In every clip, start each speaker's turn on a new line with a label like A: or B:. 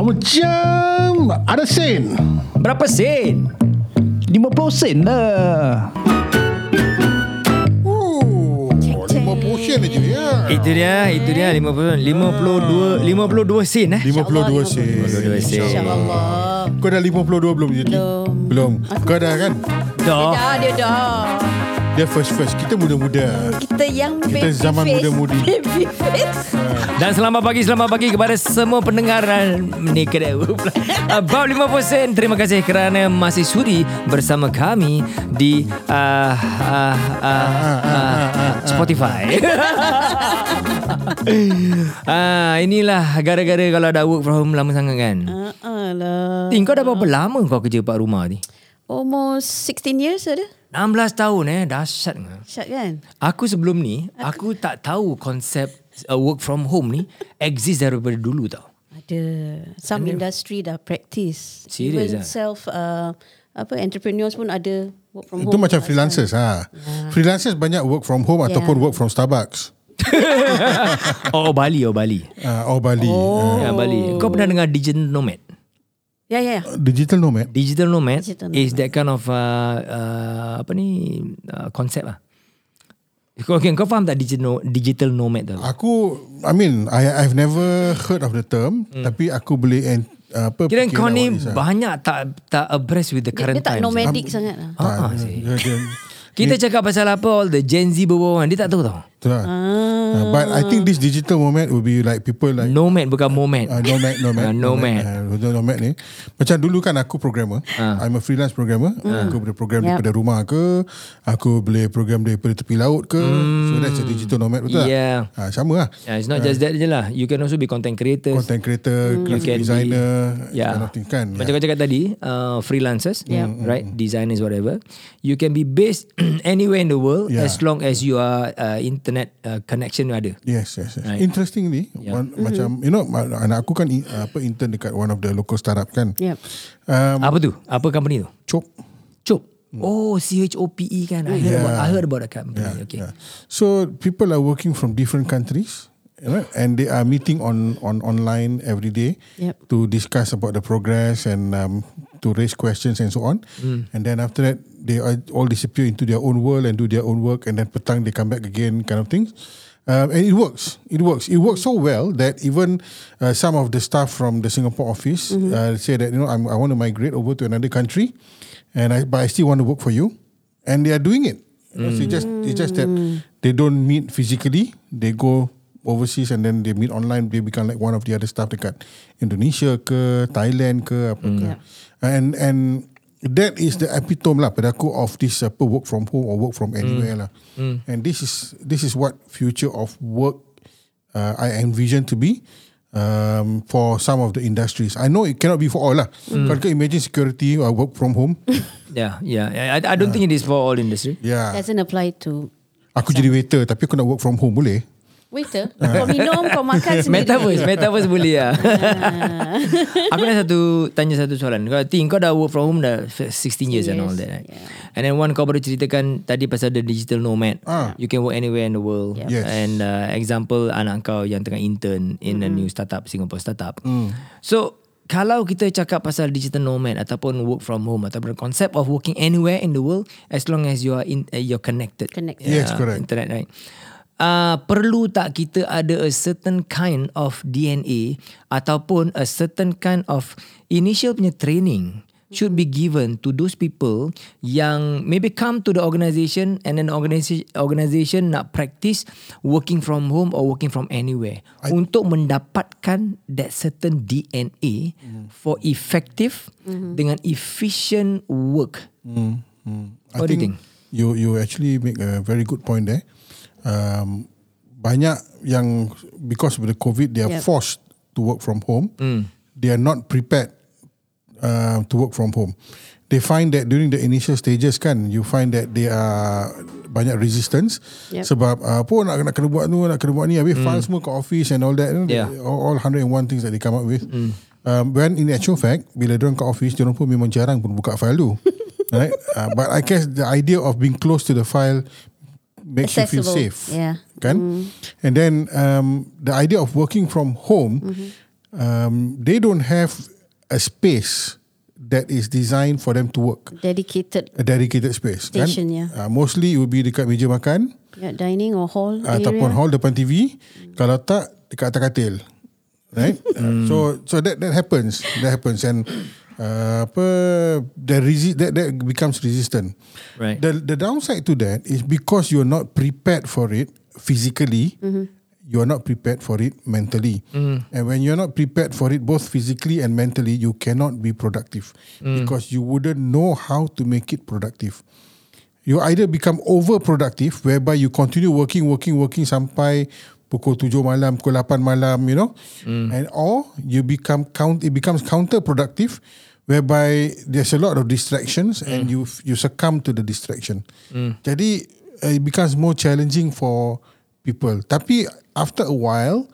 A: Macam ada sen.
B: Berapa sen? 50 sen lah
A: Oh,
C: cek.
A: lima portion aja ya.
D: Itu dia, itu dia 50 52 52 sen eh.
A: 52 sen.
D: 52 sen.
C: InsyaAllah
A: Kau dah 52 belum Yeti?
C: Belum.
A: Belum. Kau dah kan?
D: Dah.
C: Dah Ya, dia dah
A: Dia first first. Kita muda-muda.
C: Kita yang
A: Kita
C: baby
A: zaman
C: face.
A: muda-mudi.
C: Baby face
D: Dan selamat pagi, selamat pagi kepada semua pendengar ni kedai pula. Bab 50 sen. Terima kasih kerana masih sudi bersama kami di uh, uh, uh, uh, Spotify. Ah, inilah gara-gara kalau dah work from home lama sangat kan.
C: uh, lah.
D: Ting, kau dah berapa lama kau kerja kat rumah ni?
C: Almost 16 years ada
D: 16 tahun eh, dahsyat kan?
C: Syak kan
D: Aku sebelum ni, aku tak tahu konsep uh, work from home ni exist daripada dulu tau.
C: Ada Some industry dah practice
D: Serious ah?
C: Even self uh, Apa entrepreneurs pun ada Work from
A: Itu
C: home
A: macam freelancers ha. Freelancers banyak work from home
C: Yeah.
A: ataupun work from Starbucks.
D: Oh, oh Bali, oh Bali.
A: Uh, or Bali.
D: Oh. Ya, Bali. Kau pernah dengar digital nomad?
C: Ya ya ya
A: Uh, digital nomad.
D: Digital nomad
C: Digital
D: digital is that kind of uh, uh, apa ni uh, konsep lah. Kau okay, kau faham tak digital digital nomad tu?
A: Aku I mean I I've never heard of the term hmm. tapi aku boleh en, apa
D: Kira
A: fikir lah.
D: kau ni
A: lawan Lisa.
D: banyak tak tak abreast with the
C: Dia
D: current
C: tak
D: times.
C: nomadic sangat lah
D: Ah, ah,
A: Tak,
D: sih.
A: dia- dia-
D: Kita cakap pasal apa all the Gen Z berbual dia tak tahu tau.
A: tu lah. Uh, but I think this digital nomad will be like people like
D: Nomad bukan moment.
A: Uh, nomad, nomad,
D: Ah, nomad. Ah.
A: Uh, nomad ni Macam dulu kan aku programmer I'm a freelance programmer Aku boleh program
C: Yep.
A: daripada rumah ke Aku boleh program daripada tepi laut ke So that's a digital nomad betul
D: Hmm. Yeah.
A: tak? Uh, sama lah
D: Yeah, it's not just that je lah. You can also be content creators.
A: Content creator, graphic
D: can be-
A: designer
D: Yeah.
A: kind of thing kan
D: Ya. Macam kau cakap tadi, uh, freelancers,
C: Yeah.
D: right? Designers, whatever. You can be based anywhere in the world
A: Yeah.
D: as long as you are uh, internet uh, connection ada.
A: Yes, yes, yes.
D: Right.
A: Interestingly, one, macam you know, ma- anak aku kan i- apa intern dekat one of the local startup kan.
C: Yep.
A: Um,
D: Apa tu? Apa company tu?
A: Chop.
D: Chop. Oh, C-H-O-P-E kan. I heard, about, I heard about that company.
A: Yeah,
D: okay.
A: yeah. So people are working from different countries, you know, and they are meeting on on online every day
C: Yep.
A: to discuss about the progress and um, to raise questions and so on.
D: Hmm.
A: And then after that, they are all disappear into their own world and do their own work, and then petang they come back again, kind of things. Um, and it works. It works. It works so well that even uh, some of the staff from the Singapore office
D: Mm-hmm.
A: uh, say that you know I'm, I want to migrate over to another country, and I but I still want to work for you, and they are doing it. You know, It's just it's just that they don't meet physically. They go overseas and then they meet online. They become like one of the other staff dekat Indonesia ke Thailand ke apa ke. And and that is the epitome lah pada aku of this apa work from home or work from anywhere lah. And this is this is what future of work uh, I envision to be um, for some of the industries. I know it cannot be for all lah. Kalau kau imagine security or work from home,
D: Yeah, yeah. I, I don't think it is for all industry.
A: yeah.
C: Doesn't apply to
A: Aku jadi waiter tapi aku nak work from home boleh?
C: Waiter Kau minum Kau makan sendiri
D: Metaverse, Ah. metaverse boleh lah. Aku ada satu tanya satu soalan. Kau think kau dah work from home dah 16 years and all that. Right? Yeah. And then one kau baru ceritakan tadi pasal the digital nomad.
A: Ah.
D: You can work anywhere in the world.
A: Yes.
D: And uh, example anak kau yang tengah intern in a new startup Singapore startup.
A: Mm.
D: So kalau kita cakap pasal digital nomad ataupun work from home ataupun concept of working anywhere in the world as long as you are in uh, you're connected.
C: Connected.
A: Yes, correct.
D: Internet right. Uh, perlu tak kita ada a certain kind of DNA ataupun a certain kind of initial punya training should be given to those people yang maybe come to the organisation and then organisation organisation nak practice working from home or working from anywhere I, untuk mendapatkan that certain DNA
A: Hmm.
D: for effective dengan efficient work.
A: I
D: What do you think?
A: You you actually make a very good point there. Um, banyak yang because of the COVID they are
C: Yep. Mm.
A: forced to work from home. They are not prepared uh, to work from home. They find that during the initial stages kan, you find that they are banyak resistance
C: Yep. Mm.
A: sebab uh, apa nak nak kena buat tu, nak kena buat ni, habis file semua ke office and all that, you know,
D: Yeah.
A: all, all 101 things that they come up with. Um, when in actual fact, bila diorang kat office, diorang pun memang jarang pun buka file tu. right? Uh, but I guess the idea of being close to the file makes you feel
C: Accessible.
A: safe.
C: Yeah. Mm. Mm-hmm.
A: Kan? And then um, the idea of working from home um, they don't have a space that is designed for them to work.
C: Dedicated
A: A dedicated space.
C: Station,
A: kan?
C: yeah.
A: Uh, mostly it will be dekat meja makan
C: yeah, dining or hall
A: yeah. ataupun
C: area.
A: hall depan TV. Kalau tak, dekat atas katil. Right?
C: Hmm.
A: Uh, so so that that happens. That happens and uh, apa that, resi- that that becomes resistant.
D: Right.
A: The the downside to that is because you're not prepared for it physically.
C: Mm-hmm.
A: You are not prepared for it mentally,
C: Mm.
A: and when you're not prepared for it both physically and mentally, you cannot be productive
C: Mm.
A: because you wouldn't know how to make it productive. You either become overproductive, whereby you continue working, working, working sampai pukul 7 malam, pukul 8 malam, you know, and or you become count it becomes counterproductive, whereby there's a lot of distractions and you you succumb to the distraction. Jadi uh, it becomes more challenging for people. Tapi after a while,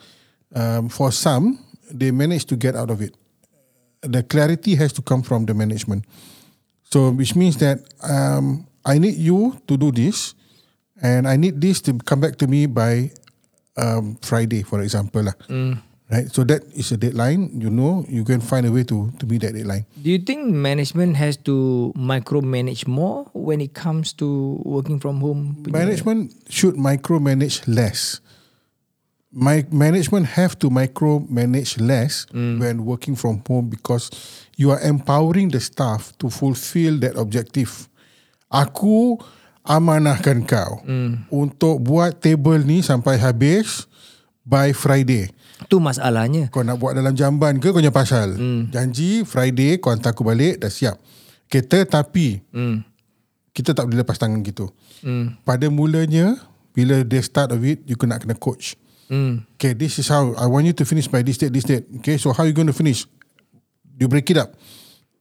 A: um, for some they manage to get out of it. The clarity has to come from the management. So which means that um, I need you to do this, and I need this to come back to me by um, Friday, for example, lah. Right. So that is a deadline. You know, you can find a way to to meet that deadline.
D: Do you think management has to micromanage more when it comes to working from home? punya-
A: Management should micromanage less. My management have to micromanage less when working from home because you are empowering the staff to fulfill that objective. Aku amanahkan kau untuk buat table ni sampai habis by Friday.
D: Tu masalahnya.
A: Kau nak buat dalam jamban ke kau punya pasal?
D: Hmm.
A: Janji Friday kau hantar aku balik dah siap. Kereta tapi
D: Hmm.
A: kita tak boleh lepas tangan gitu. Mm. Pada mulanya, bila they start of it, you kena kena coach.
D: Hmm.
A: Okay, this is how I want you to finish by this date, this date. Okay, so how you going to finish? You break it up.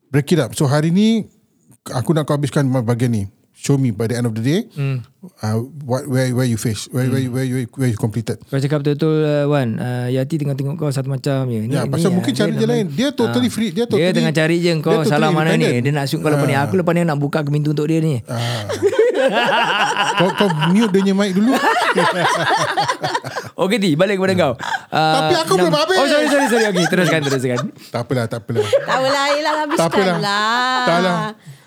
A: Break it up. So hari ni, aku nak kau habiskan bahagian ni. Show me by the end of the day, mm.
D: Hmm.
A: uh, what where where you face, where mm. where, you- where you where you completed.
D: Kau cakap betul-betul uh, Wan uh, Yati tengah tengok kau satu macam je ni,
A: Ya, pasal
D: ah,
A: mungkin cara dia
D: nampak-
A: lain. Dia totally
D: Ah.
A: free, dia
D: Dia
A: totally-
D: tengah cari je
A: dia
D: kau
A: totally
D: Salah mana ni
A: independent. Ah.
D: Dia nak suka lepas ni Aku lepas ni nak buka ke pintu untuk dia ni
A: kau kau mute dia punya mic dulu.
D: Okey Ti balik kepada kau uh,
A: Tapi aku belum habis.
D: Oh sorry sorry, sorry. Okay, Teruskan teruskan
A: tak apalah, tak apalah.
C: Tak apalah, yelah habiskan
A: Tak apalah.
C: lah.
A: Tak lah.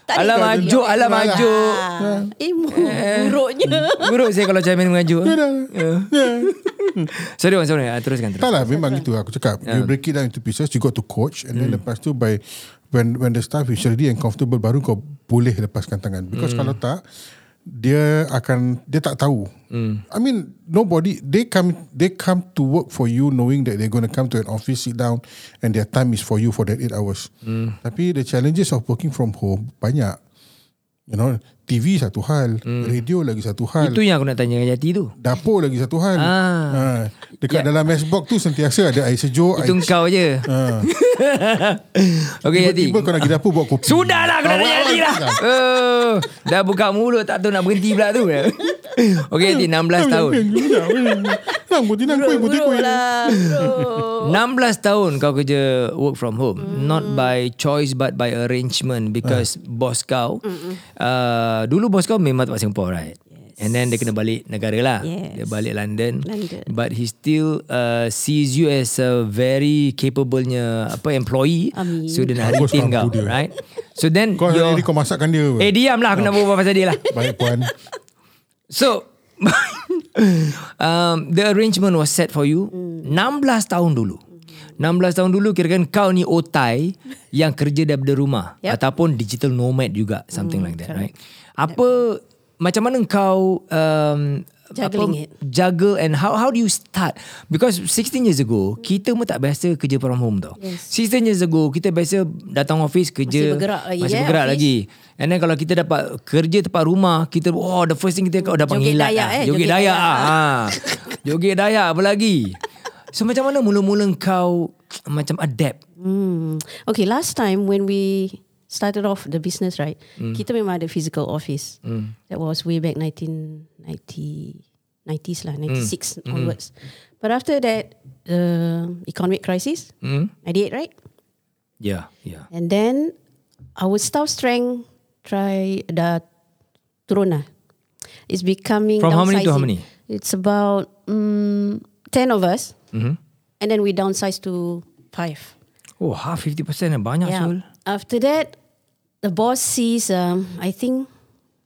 C: Tak
D: Alam
C: ada-
D: ajuk Alam
A: Alah.
D: ajuk
C: Ah, Eh, buruknya.
A: Hmm.
D: Buruk saya kalau cermin mengajuk
A: Ya dah. Ya.
D: Sorry Wan sorry Ah, Teruskan
A: Tak
D: teruskan
A: lah memang gitu aku cakap yeah. you break it down into pieces you got to coach and then lepas tu by when when the staff is ready and comfortable baru kau boleh lepaskan tangan because mm. kalau tak dia akan dia tak tahu mm. I mean nobody they come they come to work for you knowing that they're going to come to an office sit down and their time is for you for that 8 hours mm. tapi the challenges of working from home banyak you know TV satu hal mm. radio lagi satu hal
D: Itu yang aku nak tanya dengan Yati tu
A: dapur lagi satu hal.
D: Ah.
A: Ha. Dekat yeah.
D: Ya.
A: dalam matchbox tu sentiasa ada air sejuk.
D: Itu
A: air... ha.
D: kau je
A: Ah.
D: Okey Yati
A: Tiba-tiba kau nak pergi dapur bawa kopi.
D: Sudahlah aku dah nak jadi lah oh, Dah buka mulut tak tahu nak berhenti pula tu ya. Okey Yati 16 tahun
A: Nang putih nang kuih putih kuih.
C: lah.
D: 16 tahun kau kerja work from home mm. not by choice but by arrangement because
A: Ah.
D: bos kau uh, dulu bos kau memang tak Singapore right yes. and then dia kena balik negara lah
C: Yes.
D: dia balik London,
C: London.
D: but he still uh, sees you as a very capable-nya apa employee
C: Amin.
D: so dia nak
A: Bagus
D: retain
A: mampu
D: kau
A: dia.
D: right so then
A: Kau
D: your-
A: hari ni kau Ah. masakkan dia.
D: Eh diam lah aku nak berbual pasal dia lah
A: Baik puan.
D: So um, The arrangement was set for you 16 tahun dulu 16 tahun dulu kira kan kau ni otai Yang kerja daripada rumah
C: Yep.
D: Ataupun digital nomad juga Something like that right Apa Macam mana kau um,
C: Juggling it.
D: Juggle and how how do you start Because 16 years ago Kita pun tak biasa kerja from home tau yes. 16 years ago Kita biasa datang office kerja
C: Masih bergerak lagi,
D: Masih
C: eh,
D: bergerak
C: office.
D: lagi And then kalau kita dapat kerja tempat rumah, kita oh the first thing kita kau dapat
C: Joget
D: ngilat
C: dayak,
D: lah.
C: eh,
D: Joget
C: joget
D: dayak
C: dayak.
D: ah. ha. Joget dayak apa lagi? So macam mana mula-mula kau macam adapt?
C: Hmm. Okay, last time when we started off the business, right?
A: Hmm.
C: Kita memang ada physical office. That was way back 1990, 90s lah,
A: Hmm.
C: 96 onwards. But after that, uh, economic crisis,
A: Hmm.
C: 98, right?
A: Ya,
D: Yeah, yeah.
C: And then our staff strength try dah turun lah. It's becoming
D: From how many to how
C: downsizing.
D: Mm-hmm.
C: It's about mm, 10 of us. And then we downsize to five.
D: Oh, half 50% eh, banyak yeah.
C: Ya.
D: Sul.
C: After that, the boss sees, um, I think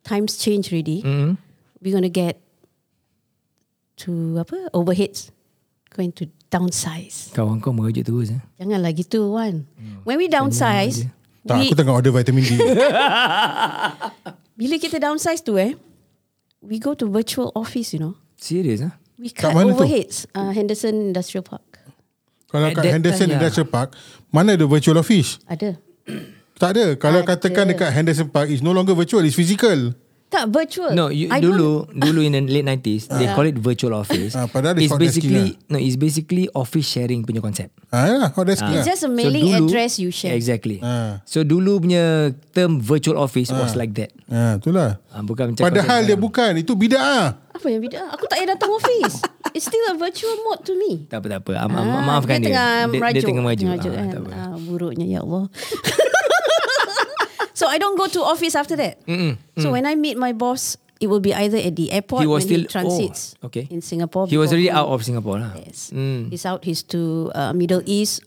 C: times change already.
D: Mm-hmm.
C: We're going to get to apa overheads, going to downsize.
D: Kawan kau merajuk terus eh.
C: Janganlah gitu, Wan.
D: Hmm.
C: When we downsize,
A: Tak,
C: we,
A: aku tengah order vitamin D.
C: bila kita downsize tu eh, we go to virtual office, you know.
D: Serius ah.
C: We
A: Kat
C: cut
A: mana tu?
C: overheads. Uh, Henderson Industrial Park.
A: Kalau
D: At
A: kat
D: that
A: Henderson
D: time, yeah.
A: Industrial Park, mana ada virtual office?
C: Ada.
A: Tak ada. Kalau
C: Ada.
A: katakan dekat Henderson Park, it's no longer virtual, it's physical.
C: Tak, virtual.
D: No, you,
C: Uh, I don't-
D: dulu dulu in the late 90s they call it virtual office.
A: Ah, padahal dia
D: it's
A: hot desking
D: basically no, it's basically office sharing punya konsep.
A: Ah, hot desk lah.
C: It's just a mailing
D: dulu-
C: address you share.
D: Exactly.
A: Ah.
D: So dulu punya term virtual office was like that.
A: Ah, itulah.
D: Ah, bukan macam
A: Padahal
D: konsep
A: dia bukan.
D: sekarang.
A: Itu bida'ah.
C: Apa yang beda? Aku tak payah datang office. It's still a virtual mode to me.
D: tak apa tak apa. Ah, ma- ma- maafkan dia.
C: Dia tengah
D: dia,
C: merajuk.
D: dia tengah maju.
C: Merajuk,
D: Ah,
C: kan?
D: tak apa.
C: Ah, buruknya, ya Allah. so I don't go to office after that. So when I meet my boss, it will be either at the airport
D: mm. He was
C: when
D: still
C: he transits
D: oh, okay.
C: in Singapore.
D: He was
C: before
D: already
C: he-
D: out of Singapore lah.
C: Yes.
D: Mm.
C: He's out. He's to uh, Middle East,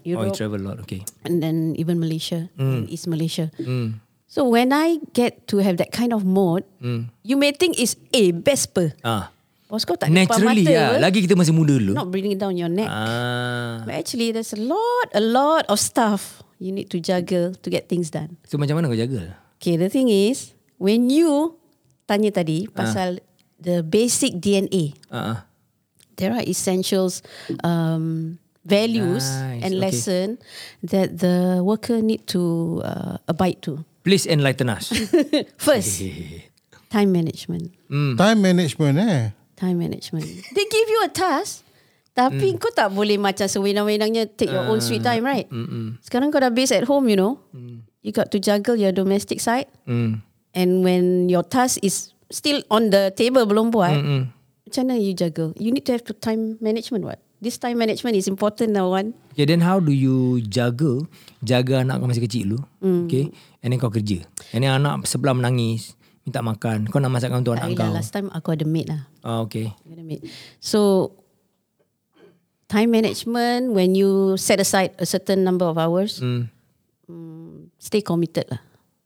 D: Oh, Mm. he
C: Europe,
D: travel a lot. Okay.
C: and then even Malaysia, and East Malaysia.
D: Mm.
C: So when I get to have that kind of mode,
D: Mm.
C: you may think it's eh, a Vespa.
D: Ah.
C: Bos kau tak depan
D: Naturally
C: mata
D: lah.
C: ke?
D: Lagi kita masih muda dulu.
C: Not bringing down your neck.
D: Ah.
C: But actually, there's a lot, a lot of stuff you need to juggle to get things done.
D: So macam mana kau jaga?
C: Okay, the thing is, when you tanya tadi pasal the basic DNA,
D: Ah. ah.
C: there are essentials, um, values
D: Nice,
C: and
D: okay.
C: lesson that the worker need to uh, abide to.
D: Please enlighten us.
C: First, time management.
D: Hmm.
A: Time management eh.
C: Time management. They give you a task, tapi
D: Mm.
C: kau tak boleh macam sewenang-wenangnya take your own
D: Ah,
C: sweet time, right? Sekarang kau dah based at home, you know. You got to juggle your domestic side.
D: mm.
C: And when your task is still on the table belum buat, macam mana you juggle? You need to have to time management what? This time management is important now, one.
D: Okay, then how do you jaga jaga anak kau masih kecil dulu? Mm.
C: Hmm.
D: Okay. And then kau kerja. And then anak sebelah menangis, minta makan. Kau nak masakkan untuk anak
C: Tak
D: kau.
C: lah, last time aku ada maid lah.
D: Ah, okay.
C: Aku ada maid. So, time management, when you set aside a certain number of hours,
D: Mm.
C: stay committed lah.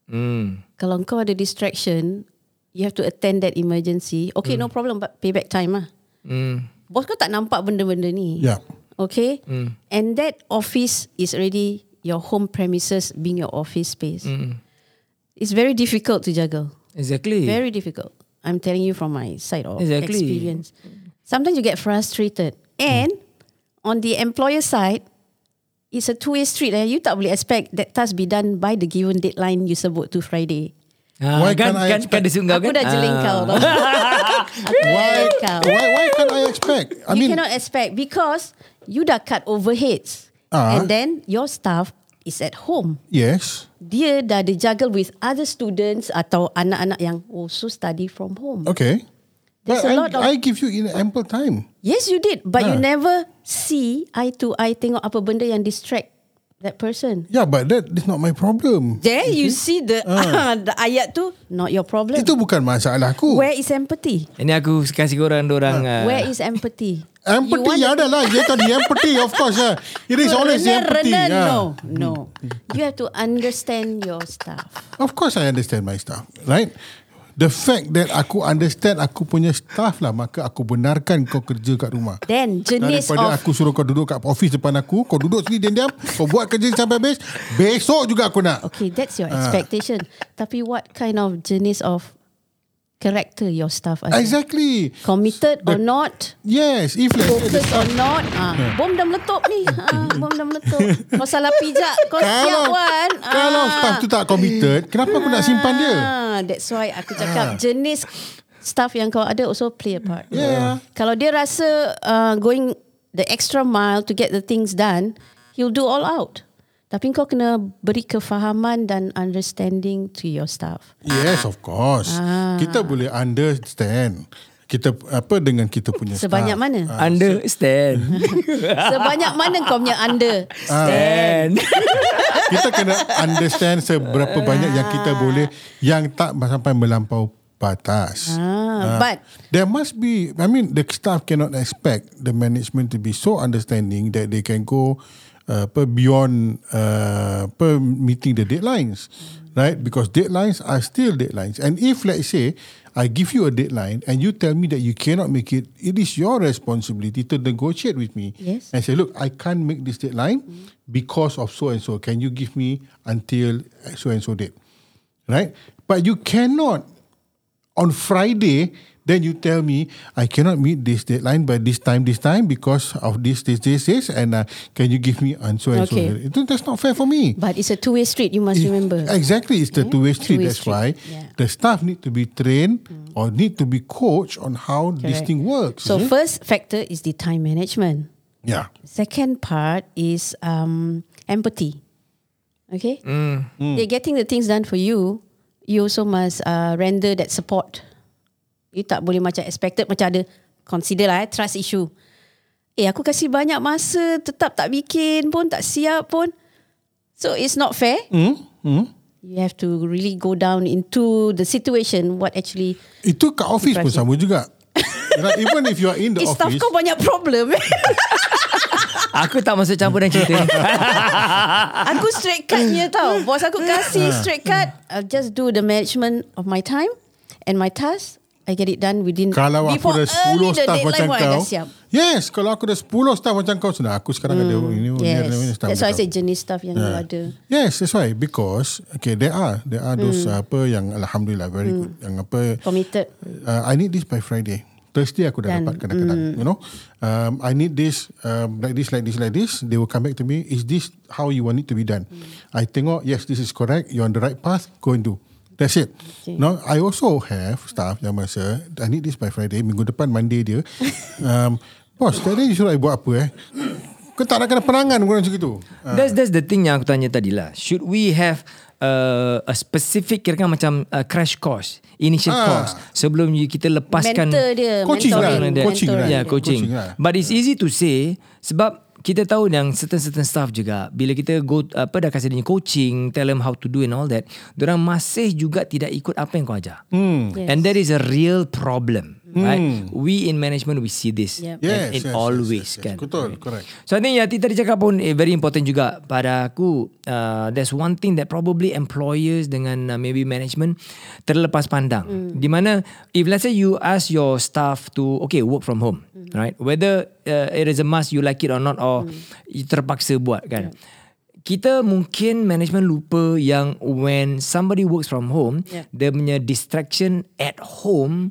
D: Mm.
C: Kalau kau ada distraction, you have to attend that emergency. Okay, no problem, but payback time lah.
D: Mm.
C: Bos kau tak nampak benda-benda ni.
A: Yeah.
C: Okay? And that office is already your home premises being your office space. It's very difficult to juggle.
D: Exactly.
C: Very difficult. I'm telling you from my side of
D: Exactly.
C: experience. Sometimes you get frustrated. And on the employer side, it's a two-way street. Eh? You tak boleh expect that task be done by the given deadline you sebut to Friday.
D: Ah,
A: Why can't
D: kan,
A: I
D: kan,
A: expect-
D: kan dia sungguh
C: Aku
D: kan?
C: dah jeling
D: Ah.
C: kau. tau. Aku dah
A: Why,
C: jeling kau.
A: why, why can't I expect? I
C: you
A: mean,
C: cannot expect because you dah cut overheads.
A: Ah.
C: And then your staff is at home.
A: yes.
C: Dia dah ada juggle with other students atau anak-anak yang also study from home.
A: Okay. But
C: There's
A: I,
C: a lot of-
A: I give you in ample time.
C: Yes, you did. But you
A: Ah.
C: never see eye to eye tengok apa benda yang distract that person. Mm-hmm.
A: Yeah, but that is not my problem.
C: There you see the the ayat tu not your
A: Ah.
C: problem.
A: Itu bukan masalah aku.
C: Where is empathy?
D: Ini aku kasih korang dorang. Uh,
A: Ah.
C: Where is empathy?
A: Empathy ya ada lah. Dia tadi empathy of course lah. It is always the empathy. ah. Hmm.
C: Rena,
A: yeah.
C: No, no. You have to understand your staff.
A: Of course I understand my staff. Right? The fact that aku understand aku punya staff lah. Maka aku benarkan kau kerja kat rumah.
C: Then jenis
A: Daripada
C: of
A: aku suruh kau duduk kat office depan aku Kau duduk sini diam-diam Kau buat kerja sampai habis Besok juga aku nak
C: okay, that's your
A: Ah.
C: expectation. Tapi what kind of jenis of character your staff are?
A: Exactly
C: Committed or not?
A: Yes If let's say the
C: Focus or not
A: Ha.
C: ah, Bom dah meletup ni ah, Bom dah meletup Kau salah pijak Kau siap Ah.
A: Kalau
C: Wan
A: Kalau staff tu tak committed Kenapa aku nak simpan dia
C: Ah,
A: Ah.
C: That's why aku cakap Jenis staff yang kau ada Also play a part
A: Yeah.
C: Kalau dia rasa uh, Going the extra mile To get the things done He'll do all out Tapi kau kena Beri kefahaman Dan understanding To your staff
A: Yes of course
C: Ah.
A: Kita boleh understand kita apa dengan kita punya
C: Sebanyak
A: staff. Ah.
C: mana?
D: understand.
C: Sebanyak mana kau punya under
D: Stand.
C: Ah.
A: Kita kena understand seberapa banyak yang kita boleh yang tak sampai melampau batas.
C: Ah, but-
A: there must be. I mean, the staff cannot expect the management to be so understanding that they can go uh, per beyond uh, per meeting the deadlines, right? Because deadlines are still deadlines. And if let's say I give you a deadline and you tell me that you cannot make it, it is your responsibility to negotiate with me
C: Yes.
A: and say, look, I can't make this deadline because of so and so. Can you give me until so and so date? Right? But you cannot on Friday, then you tell me I cannot meet this deadline by this time, this time because of this, this, this, this, and uh, can you give me and so and so.
C: Okay.
A: It- That's not fair for me.
C: But it's a two-way street. You
A: Eh,
C: must remember.
A: Exactly, it's the
C: Yeah,
A: two-way street.
C: two-way
A: That's why
C: street. Yeah. Mm.
A: the staff need to be trained or need to be coached on how this
C: Correct.
A: thing works.
C: So
A: yeah?
C: first factor is the time management.
A: yeah,
C: Second part is um, empathy. Okay,
A: Mm.
C: they're getting the things done for you. You also must uh, render that support. You tak boleh macam expected macam ada consider lah eh, trust issue. Eh aku kasih banyak masa tetap tak bikin pun tak siap pun. So it's not fair.
A: Mm.
C: You have to really go down into the situation what actually
A: itu kat office pun sama juga. right? Even if you are in the
C: eh staff
A: office,
C: kau banyak problem. eh.
D: Aku tak masuk campur dalam cerita ni.
C: Aku straight cutnya tau Bos aku kasih straight cut I'll just do the management of my time And my task I get it done within
A: Kalau
C: Before
A: aku dah 10
C: early the
A: staff
C: deadline
A: macam
C: pun I
A: kau Oh,
C: dah siap
A: Yes Kalau aku dah 10 staff macam kau Senang aku sekarang ada ini, ini,
C: Hmm, Yes
A: ada ini, staff
C: That's why I
A: macam
C: say jenis staff yang you ada
A: Yes, that's why because okay, there are there are those
C: Hmm.
A: uh, apa yang alhamdulillah very good yang apa
C: Committed
A: uh, I need this by Friday. Thursday aku dah
C: Dan, mm.
A: dapat kadang-kadang You know um, I need this um, Like this Like this Like this They will come back to me Is this how you want it to be done
C: Mm.
A: I tengok Yes this is correct You're on the right path Go and do That's it
C: Okay.
A: Now I also have Staff yang masa I need this by Friday Minggu depan Monday dia um, Boss tadi you suruh I buat apa eh Kau tak nak kena perangan Kau macam gitu
D: That's that's the thing yang aku tanya tadi lah. Should we have uh, a specific kira macam uh, crash course, initial
A: Ah.
D: course sebelum you- kita lepaskan
C: Mentor dia
A: Coaching lah,
C: mentoring,
A: coaching lah.
C: mentoring.
D: Yeah, coaching.
A: Coaching lah.
D: But it's easy to say sebab kita tahu yang certain-certain staff juga bila kita go apa dah kasih dia punya coaching, tell them how to do and all that, orang masih juga tidak ikut apa yang kau ajar. Hmm.
C: Yes.
D: And that is a real problem, right? We in management we see this
A: Hmm.
C: Yep.
A: Yes,
D: in, in
A: yes,
D: all
A: yes, yes,
D: ways
A: yes.
D: kan.
A: Betul, correct.
D: So I think Yati tadi cakap pun eh, very important juga pada aku uh, there's one thing that probably employers dengan uh, maybe management terlepas pandang. Mm. Di mana if let's say you ask your staff to okay work from home, mm. right? Whether uh, it is a must you like it or not or mm. you terpaksa buat kan. Kita mungkin management lupa yang when somebody works from home,
C: Yeah.
D: dia punya distraction at home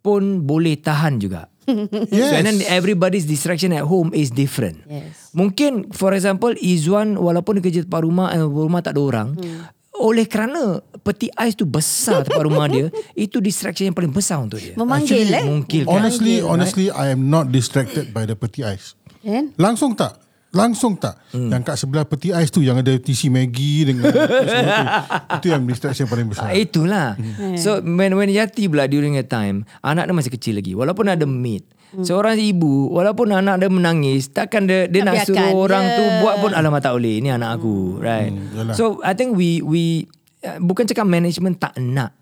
D: pun boleh tahan juga.
A: Yes.
D: So, and then everybody's distraction at home is different.
C: Yes.
D: Mungkin for example Izwan walaupun dia kerja tempat rumah eh, rumah tak ada orang
A: Hmm.
D: oleh kerana peti ais tu besar tempat rumah dia itu distraction yang paling besar untuk dia.
C: Memanggil
A: Actually,
C: eh
D: mungkin kan.
A: Honestly, honestly, I am not distracted by the peti ais.
C: Kan?
A: Langsung tak? Langsung tak? Hmm. Yang kat sebelah peti ais tu yang ada TC Maggie dengan apa semua tu. Itu yang distraction paling besar.
D: Ah, itulah.
C: Eh.
D: So when when Yati pula during a time, anak dia masih kecil lagi. Walaupun ada maid.
C: Hmm.
D: Seorang ibu Walaupun anak dia menangis Takkan dia, dia
C: Tak
D: nak
C: biarkan
D: suruh orang
C: je. Hmm.
D: tu Buat pun Alamak tak boleh Ini anak aku Right
A: yalah.
D: So I think we we uh, Bukan cakap management tak nak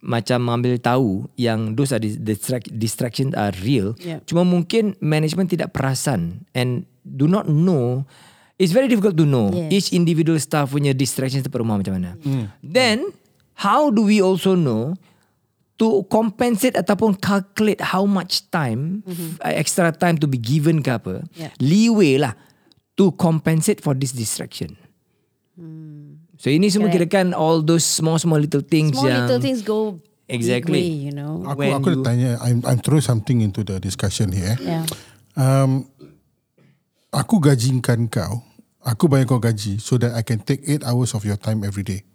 D: Macam ambil tahu Yang those are dis- distract, distraction are real
C: Yeah.
D: Cuma mungkin Management tidak perasan And do not know It's very difficult to know
C: Yes. Hmm.
D: Each individual staff punya distractions Tempat rumah macam mana Then How do we also know To compensate Ataupun calculate How much time mm-hmm. Extra time to be given ke apa
C: Yeah.
D: Leeway lah To compensate for this distraction So ini semua
C: Hmm. Correct.
D: kirakan All those small-small little things
C: Small
D: yang,
C: little things go big
D: Exactly.
C: way, You know
A: Aku,
D: when
A: aku
D: you-
A: nak tanya, I'm, I'm throw something into the discussion here. eh.
C: Yeah
A: Um, aku gajikan kau, aku bayar kau gaji so that I can take 8 hours of your time every day.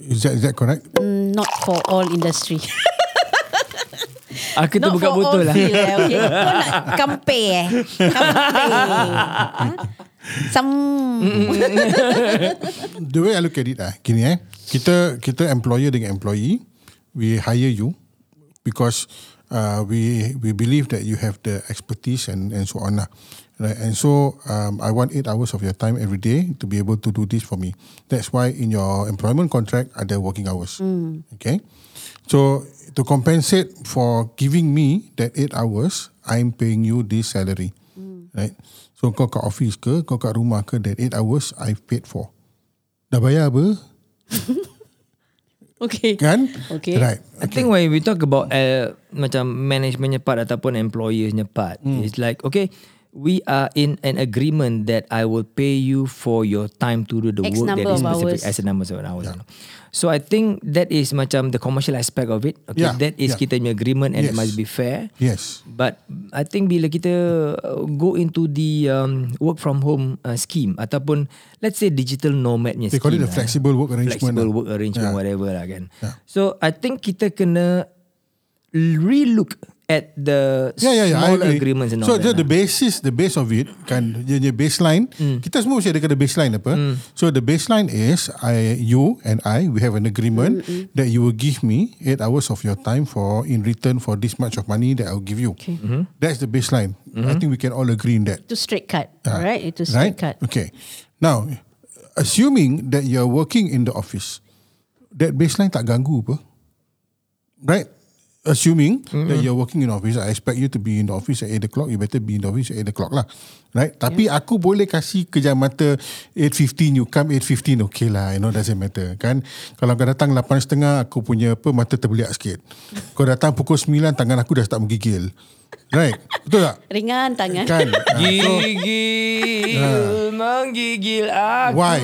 A: Is that, is that correct?
C: Mm, Not for all industry
D: Aku tu
C: Not
D: buka
C: for
D: botol
C: all
D: lah
C: field eh, okay. Kau nak compare eh Compare ha? Some
A: the way I look at it lah, gini eh. Kita kita employer dengan employee, we hire you because uh, we we believe that you have the expertise and and so on lah. Right? And so um, I want eight hours of your time every day to be able to do this for me. That's why in your employment contract are the working hours. Okay, so to compensate for giving me that eight hours, I'm paying you this salary. Right? So kau kat office ke, kau kat rumah ke, that eight hours I've paid for. Dah bayar apa?
C: Okay.
A: Kan?
C: Okay.
A: Right.
D: I think when we talk about uh, macam managementnya part ataupun employersnya part,
A: Hmm.
D: it's like okay, we are in an agreement that I will pay you for your time to do the
C: X
D: work that
C: number
D: is
C: of
D: specific
C: hours.
D: as a number of hours. So I think that is macam the commercial aspect of it. Okay,
A: Yeah,
D: that is
A: yeah.
D: kita punya agreement and it
A: Yes.
D: must be fair.
A: Yes.
D: But I think bila kita uh, go into the um, work from home uh, scheme ataupun let's say digital nomad punya
A: They call it
D: scheme.
A: the
D: lah.
A: flexible work arrangement.
D: Flexible
A: lah.
D: work arrangement,
A: Yeah.
D: whatever lah kan.
A: Yeah.
D: So I think kita kena relook at the
A: Yeah, yeah, yeah. I
D: small
A: agree.
D: agreements and
A: so
D: all that.
A: the, the
D: lah.
A: basis, the base of it, kan, dia punya baseline.
D: Hmm.
A: Kita semua mesti ada kena baseline apa. So the baseline is, I, you and I, we have an
D: Mm,
A: agreement that you will give me eight hours of your time for in return for this much of money that I'll give you.
C: Okay.
D: Mm-hmm.
A: That's the baseline. I think we can all agree in that.
C: Itu straight cut. Alright, itu
A: Ah, right?
C: straight cut.
A: Okay. Now, assuming that you're working in the office, that baseline tak ganggu apa? Right? Assuming that you're working in office, I expect you to be in the office at 8 o'clock, you better be in the office at 8 o'clock lah. Right? Tapi aku boleh kasih kejam mata 8.15, you come 8.15, okay lah, you know, doesn't matter. Kan? Kalau kau datang 8.30, aku punya apa, mata terbeliak sikit. Kau datang pukul 9, tangan aku dah start menggigil. Right? Betul tak?
C: Ringan tangan.
A: Kan? Ah, so-
D: Gigil menggigil aku.
A: Why?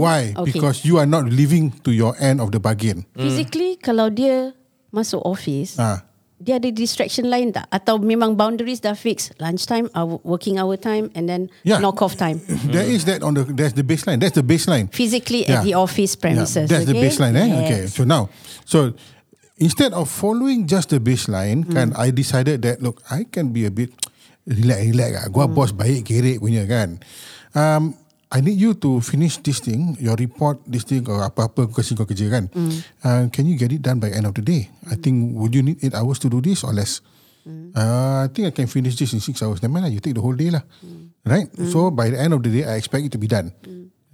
A: Why?
C: Okay.
A: Because you are not living to your end of the bargain.
C: Physically kalau dia masuk office,
A: Hmm. Ah,
C: dia ada distraction lain tak atau memang boundaries dah fix lunchtime hour, working hour time and then
A: Yeah.
C: knock off time
A: there is that on the that's the baseline. That's the baseline.
C: physically
A: Yeah.
C: at the office
A: Yeah,
C: premises
A: that's the
C: okay?
A: baseline. Eh?
C: Yes.
A: Okay. So now, so instead of following just the baseline, kan,
C: Hmm.
A: I decided that look, I can be a bit relax, relax. Lah.
C: Hmm.
A: Gua bos baik gerek punya kan. Um, I need you to finish this thing, your report, this thing, or apa-apa kasi kau kerja kan.
C: Hmm.
A: Uh, can you get it done by end of the day? I think, would you need eight hours to do this or less?
C: Hmm.
A: Uh, I think I can finish this in six hours. Never mind lah, you take the whole day lah.
C: Hmm.
A: Right? So, by the end of the day, I expect it to be done.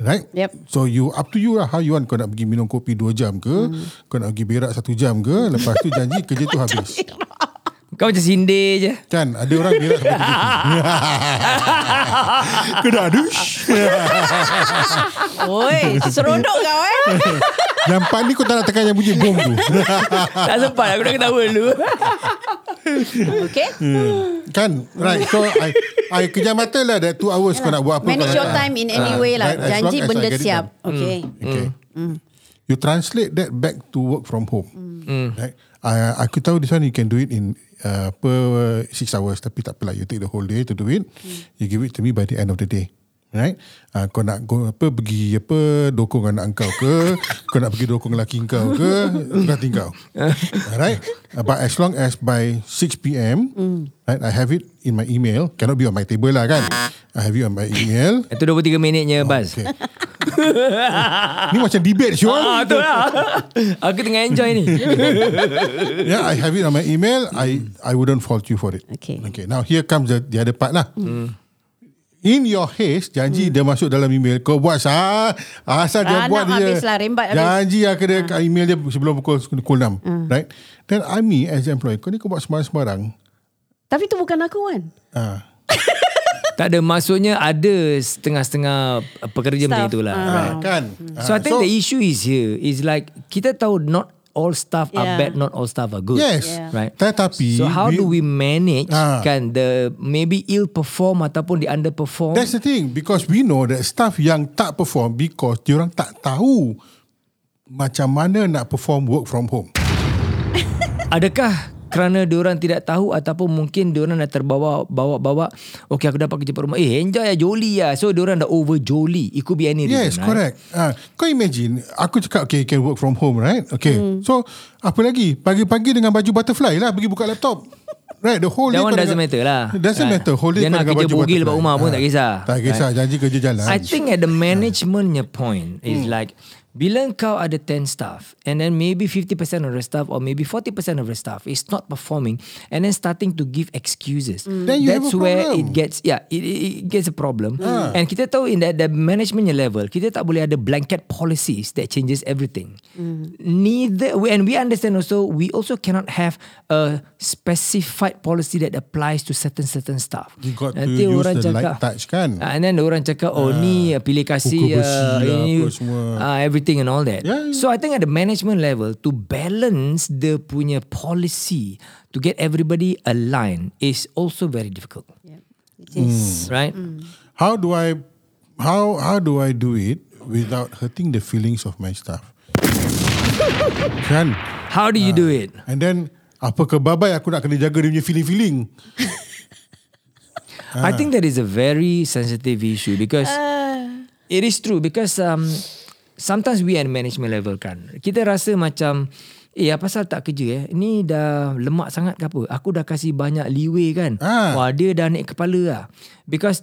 A: Right?
C: Yep.
A: So, you up to you lah how you want. Kau nak pergi minum kopi dua jam ke? Kau nak pergi berak satu jam ke? Lepas tu janji kerja tu habis.
D: Kau macam sindir je.
A: Kan? Ada orang berak sampai tiga jam. Kena adus.
C: oi seronok kau eh
A: yang part ni kau tak nak tekan yang bunyi bom tu.
D: tak sempat lah, aku dah ketawa dulu.
C: okay
A: kan? Right. So, I, I kejam mata lah that two hours kau nak buat apa.
C: manage
A: kau
C: your
A: nak-
C: time in any way
A: Ah.
C: lah
A: right, as
C: janji
A: long as I
C: benda
A: get it
C: siap okay
A: Okay. You translate that back to work from home. Right? I, aku tahu this one you can do it in uh, per six hours tapi tak apalah you take the whole day to do it. You give it to me by the end of the day. Right? Uh, kau nak go, apa pergi apa dokong anak kau ke, kau nak pergi dokong lelaki kau ke, terserah tinggal. Alright? Uh, but as long as by 6 PM, right, I have it in my email. Cannot be on my table lah kan. I have it on my email.
D: Itu 23 minitnya Bas.
A: Oh, Okay. Ni macam debate Syul.
D: Ah, tu lah. aku tengah enjoy ni.
A: yeah, I have it on my email. I I wouldn't fault you for it.
C: Okay.
A: Okay. Now here comes the, the other part lah. In your haste, janji dia masuk dalam email. Kau buat sah, asal dia
C: Ah,
A: buat
C: nak
A: dia.
C: habis lah, rembat habis. Ah.
A: janji aku dia kat email dia sebelum pukul, pukul 6. Right? Then I me as employee, kau ni kau buat sembarang-sembarang.
C: tapi tu bukan aku kan
A: Ah.
D: tak ada maksudnya ada setengah-setengah pekerja macam
C: Staff.
D: itulah.
C: Ah.
D: Right.
A: Kan?
D: So I think the issue is here is like kita tahu not all staff are
C: Yeah.
D: bad, not all staff are good.
A: Yes.
C: Yeah.
D: Right.
A: Tetapi
D: So how do we manage
A: Ah.
D: kan the maybe ill perform ataupun the underperform?
A: That's the thing because we know that staff yang tak perform because diorang tak tahu macam mana nak perform work from home.
D: Adakah kerana diorang tidak tahu ataupun mungkin diorang dah terbawa bawa-bawa okay aku dapat kerja perumah eh enjoy lah jolly lah so diorang dah over jolly it could be any
A: Yes,
D: reason, right?
A: correct. Ah, kau imagine aku cakap okay you can work from home right? Okay.
D: Hmm.
A: So apa lagi? Pagi-pagi dengan baju butterfly lah pergi buka laptop. Right, the whole
D: That
A: day
D: one
A: kau
D: doesn't
A: dengan-
D: matter lah.
A: Doesn't
D: Ah.
A: matter. Whole day
D: Dia
A: kau
D: nak
A: dengan
D: kerja
A: baju
D: bogil kat
A: butterfly.
D: rumah pun tak
A: Ah,
D: kisah.
A: Tak kisah, janji kerja jalan.
D: I think at the managementnya point is like Bila kau ada 10 staff and then maybe 50% of the staff or maybe 40% of the staff is not performing and then starting to give excuses.
A: Then you
D: That's
A: have a
D: where
A: problem.
D: it gets yeah, it, it, it gets a problem. And kita tahu in the, the management punya level, kita tak boleh ada blanket policies that changes everything. Neither we- and we understand also we also cannot have a specified policy that applies to certain certain stuff.
A: You got to use the light touch, kan?
D: Ah, and then orang cakap oh ni ah, pilih kasih
A: Ukur besi
D: ah,
A: lah,
D: ini
A: apa semua. Ya,
D: ah, everything and all that.
A: Yeah, yeah.
D: So I think at the management level to balance the punya policy to get everybody aligned is also very difficult,
C: Yeah.
A: Hmm.
C: It is.
D: right?
A: How do I how how do I do it without hurting the feelings of my staff? kan?
D: How do you do it?
A: And then apa kebabai aku nak kena jaga dia punya feeling-feeling. ah.
D: I think that is a very sensitive issue because it is true because um, sometimes we at management level kan kita rasa macam Eh apa pasal tak kerja eh Ni dah lemak sangat ke apa Aku dah kasih banyak leeway kan
A: Ah.
D: Wah dia dah naik kepala lah Because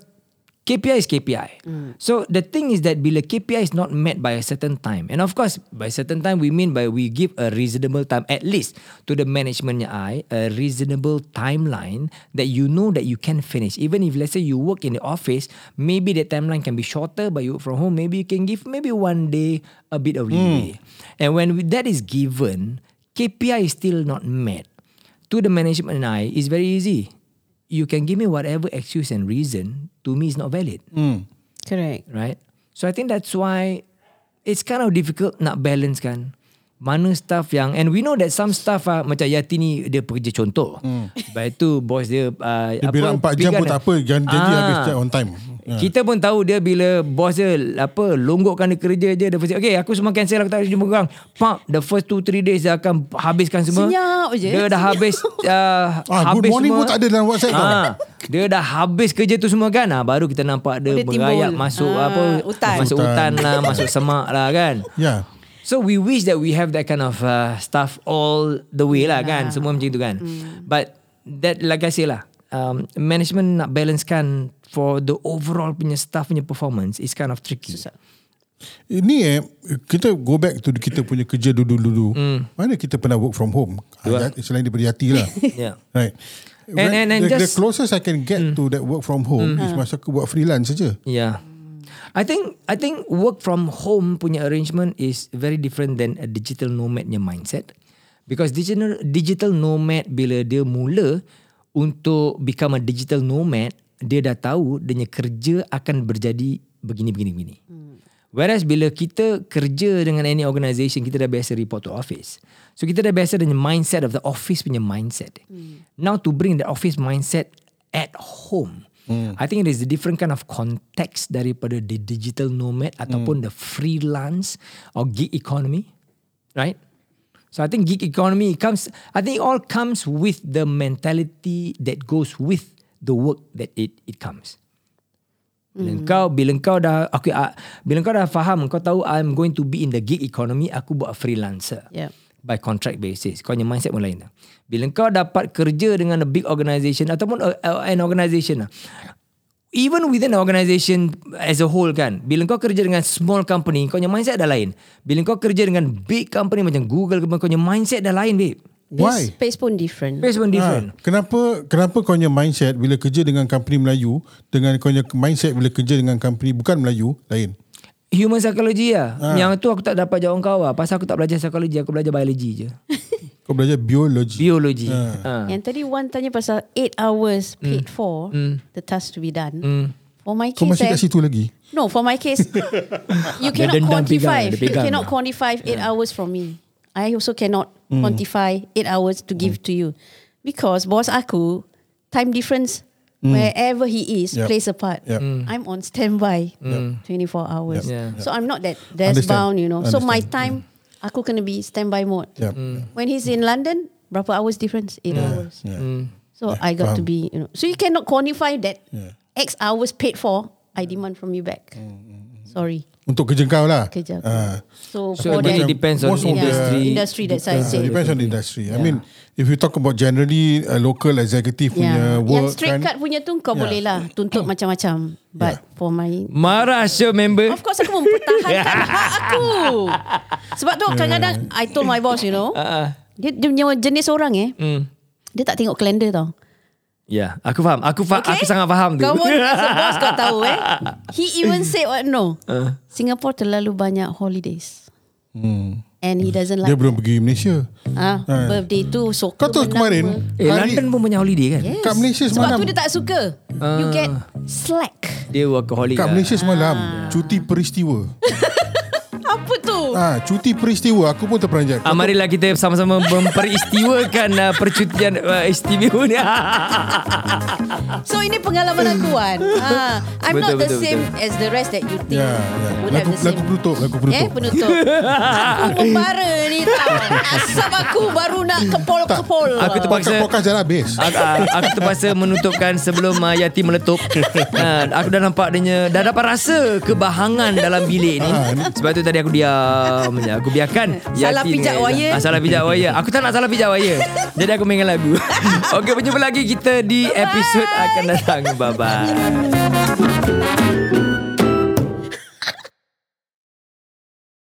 D: KPI is KPI So the thing is that Bila KPI is not met by a certain time And of course By certain time we mean by We give a reasonable time At least To the managementnya I A reasonable timeline That you know that you can finish Even if let's say you work in the office Maybe that timeline can be shorter But you work from home Maybe you can give Maybe one day A bit of leeway And when we- that is given KPI is still not met To the management and I It's very easy You can give me whatever excuse and reason To me is not valid
C: Correct.
D: right? So I think that's why it's kind of difficult nak balance kan. Mana staff yang and we know that some staff ah, macam Yati ni dia pekerja contoh. Hmm. Lepas tu bos dia uh,
A: Dia bilang 4 jam pun tak apa, janji ah. habis je on time.
D: Yeah. Kita pun tahu dia bila bos dia apa longgokkan dia kerja je dia pasti okay aku semua cancel aku tak boleh jumpa korang. Pump the first 2 3 days dia akan habiskan semua.
C: Senyap je,
D: Dia dah
C: senyap.
D: habis uh,
A: Ah, good
D: habis
A: morning
D: semua.
A: pun tak ada dalam WhatsApp tau.
D: Ah, dia dah habis kerja tu semua kan. Ah, baru kita nampak dia,
C: Oh, dia timbul.
D: merayap masuk
C: Ah,
D: apa
C: hutan.
D: masuk hutan
A: Hutan.
D: lah, masuk semak lah kan.
A: Yeah.
D: So we wish that we have that kind of uh, stuff all the way lah kan. Semua macam tu kan. But that like I say lah, um, management nak balancekan for the overall punya staff punya performance is kind of tricky. Susah.
A: Ini eh kita go back to kita punya kerja dulu-dulu.
D: Hmm.
A: Mana kita pernah work from home? Ah, Yat- Selain daripada Yati lah.
D: Yeah.
A: right. When
D: and- and
A: the, the
D: just- Hmm. Ha.
A: closest I can get to that work from home is masa aku buat freelance saja.
D: Yeah. Ya. I think I think work from home punya arrangement is very different than a digital nomad punya mindset because digital digital nomad bila dia mula untuk become a digital nomad dia dah tahu dia punya kerja akan berjadi begini begini begini. Whereas bila kita kerja dengan any organisation, kita dah biasa report to office. So kita dah biasa dengan mindset of the office punya mindset. Now to bring the office mindset at home. I think it is a different kind of context daripada the digital nomad ataupun the freelance or gig economy. Right? So I think gig economy comes, I think it all comes with the mentality that goes with the work that it it comes. Bila kau bila kau dah aku ah, bila kau dah faham kau tahu I'm going to be in the gig economy aku buat freelancer.
C: Yep.
D: By contract basis. Kau punya mindset pun lain dah. Bila kau dapat kerja dengan a big organisation ataupun a, a, an organisation lah. Even within an organisation as a whole kan. Bila kau kerja dengan small company kau punya mindset dah lain. Bila kau kerja dengan big company macam Google ke apa, kau punya mindset dah lain babe.
A: Why?
C: Pace, pace pun different.
D: Based on different.
A: Ha, kenapa kenapa kau punya mindset bila kerja dengan company Melayu dengan kau punya mindset bila kerja dengan company bukan Melayu lain?
D: Human psychology lah.
A: Ah.
D: Ha. Yang tu aku tak dapat jawab kau lah. Pasal aku tak belajar psychology, aku belajar biology je.
A: Kau belajar biologi.
D: Biologi.
A: Ah.
D: Ha.
C: Yang tadi Wan tanya pasal 8 hours
D: Hmm.
C: paid for the task to be done. For my
A: kau
C: case,
A: masih
C: eh,
A: kat situ lagi.
C: no, for my case, you
D: Dia
C: cannot
D: dendam
C: quantify.
D: pegang, Ah. dia
C: you
D: pegang.
C: cannot quantify 8 hours from me. I also cannot
A: Hmm.
C: quantify 8 hours to give
D: Hmm.
C: to you. Because boss aku, time difference, wherever he is,
A: Hmm. Yep.
C: plays a part.
A: Yep.
C: I'm on standby 24 hours.
D: Yep. Hmm. Yeah.
C: So I'm not that desk
A: Understand.
C: bound, you know. So
A: Understand.
C: my
A: Hmm.
C: time, aku kena be standby mode.
A: Yeah.
D: Hmm.
C: When he's in London, berapa hours difference? 8 hours.
A: Yeah.
D: Hmm.
C: So I got to
A: faham.
C: be, you know. So you cannot quantify that
A: Yeah. Mm,
C: X hours paid for, I demand from you back. So Sorry.
A: Untuk kerja kau lah.
C: Kerja aku.
A: Ah.
C: So,
D: So
C: for
D: it really
C: that,
D: depends on
A: most of the-
D: industry.
C: Yeah, industry that's I
A: Uh,
C: said.
A: depends on the industry. I mean, if you talk about generally uh, local executive
C: Yeah.
A: punya
C: Yang
A: work,
C: straight
A: kan,
C: cut punya tu kau
A: Yeah.
C: boleh lah tuntut macam-macam. But for my
D: Marah show member.
C: Of course aku mempertahankan hak aku. Sebab tu kadang-kadang I told my boss, you know.
D: Uh-uh.
C: Dia, dia punya jenis orang eh.
D: Hmm.
C: Dia tak tengok kalender tau.
D: Ya, yeah, aku faham. Aku fa- okay. aku sangat faham tu.
C: Kau pun as a boss kau tahu eh. He even said what no. Uh. Singapore terlalu banyak holidays. Hmm. And he doesn't
A: dia
C: like
A: belum pergi Malaysia.
C: ah, birthday tu so
A: Kau tahu kemarin,
D: eh,
A: hari,
D: London pun punya holiday kan?
C: Yes.
A: Kat Malaysia
C: Sebab
A: semalam.
C: tu dia tak suka. Uh. You
D: Ah.
C: get slack.
D: Dia workaholic.
A: kat
D: lah.
A: Malaysia semalam,
C: Ah.
A: cuti peristiwa.
C: Apa tu?
A: ah, cuti peristiwa, aku pun terperanjat.
D: Ah, marilah kita sama-sama memperistiwakan uh, percutian uh, istimewa ni.
A: Ah.
C: So ini pengalaman aku Wan. ha, I'm
D: Betul,
C: not the
D: betul,
C: same as the rest that you think.
A: Ya, ya.
C: would
A: Lagu,
C: have
A: lagu
C: the same.
A: penutup, lagu
C: Eh
A: penutup.
C: penutup Aku membara ni tau Asap aku baru nak kepol-kepol
D: Aku terpaksa-
A: Podcast, podcast dah habis.
D: aku, ah, aku terpaksa menutupkan sebelum uh, Yati meletup. Ah, aku dah nampak dia punya- dah dapat rasa kebahangan dalam bilik ni. Sebab tu tadi aku diam je. Aku biarkan
C: Salah
D: ni-
C: pijak wire.
D: Ah, salah pijak wire. Aku tak nak salah pijak wire. Jadi aku mainkan lagu. Okey, berjumpa lagi kita di episod akan datang. Bye-bye.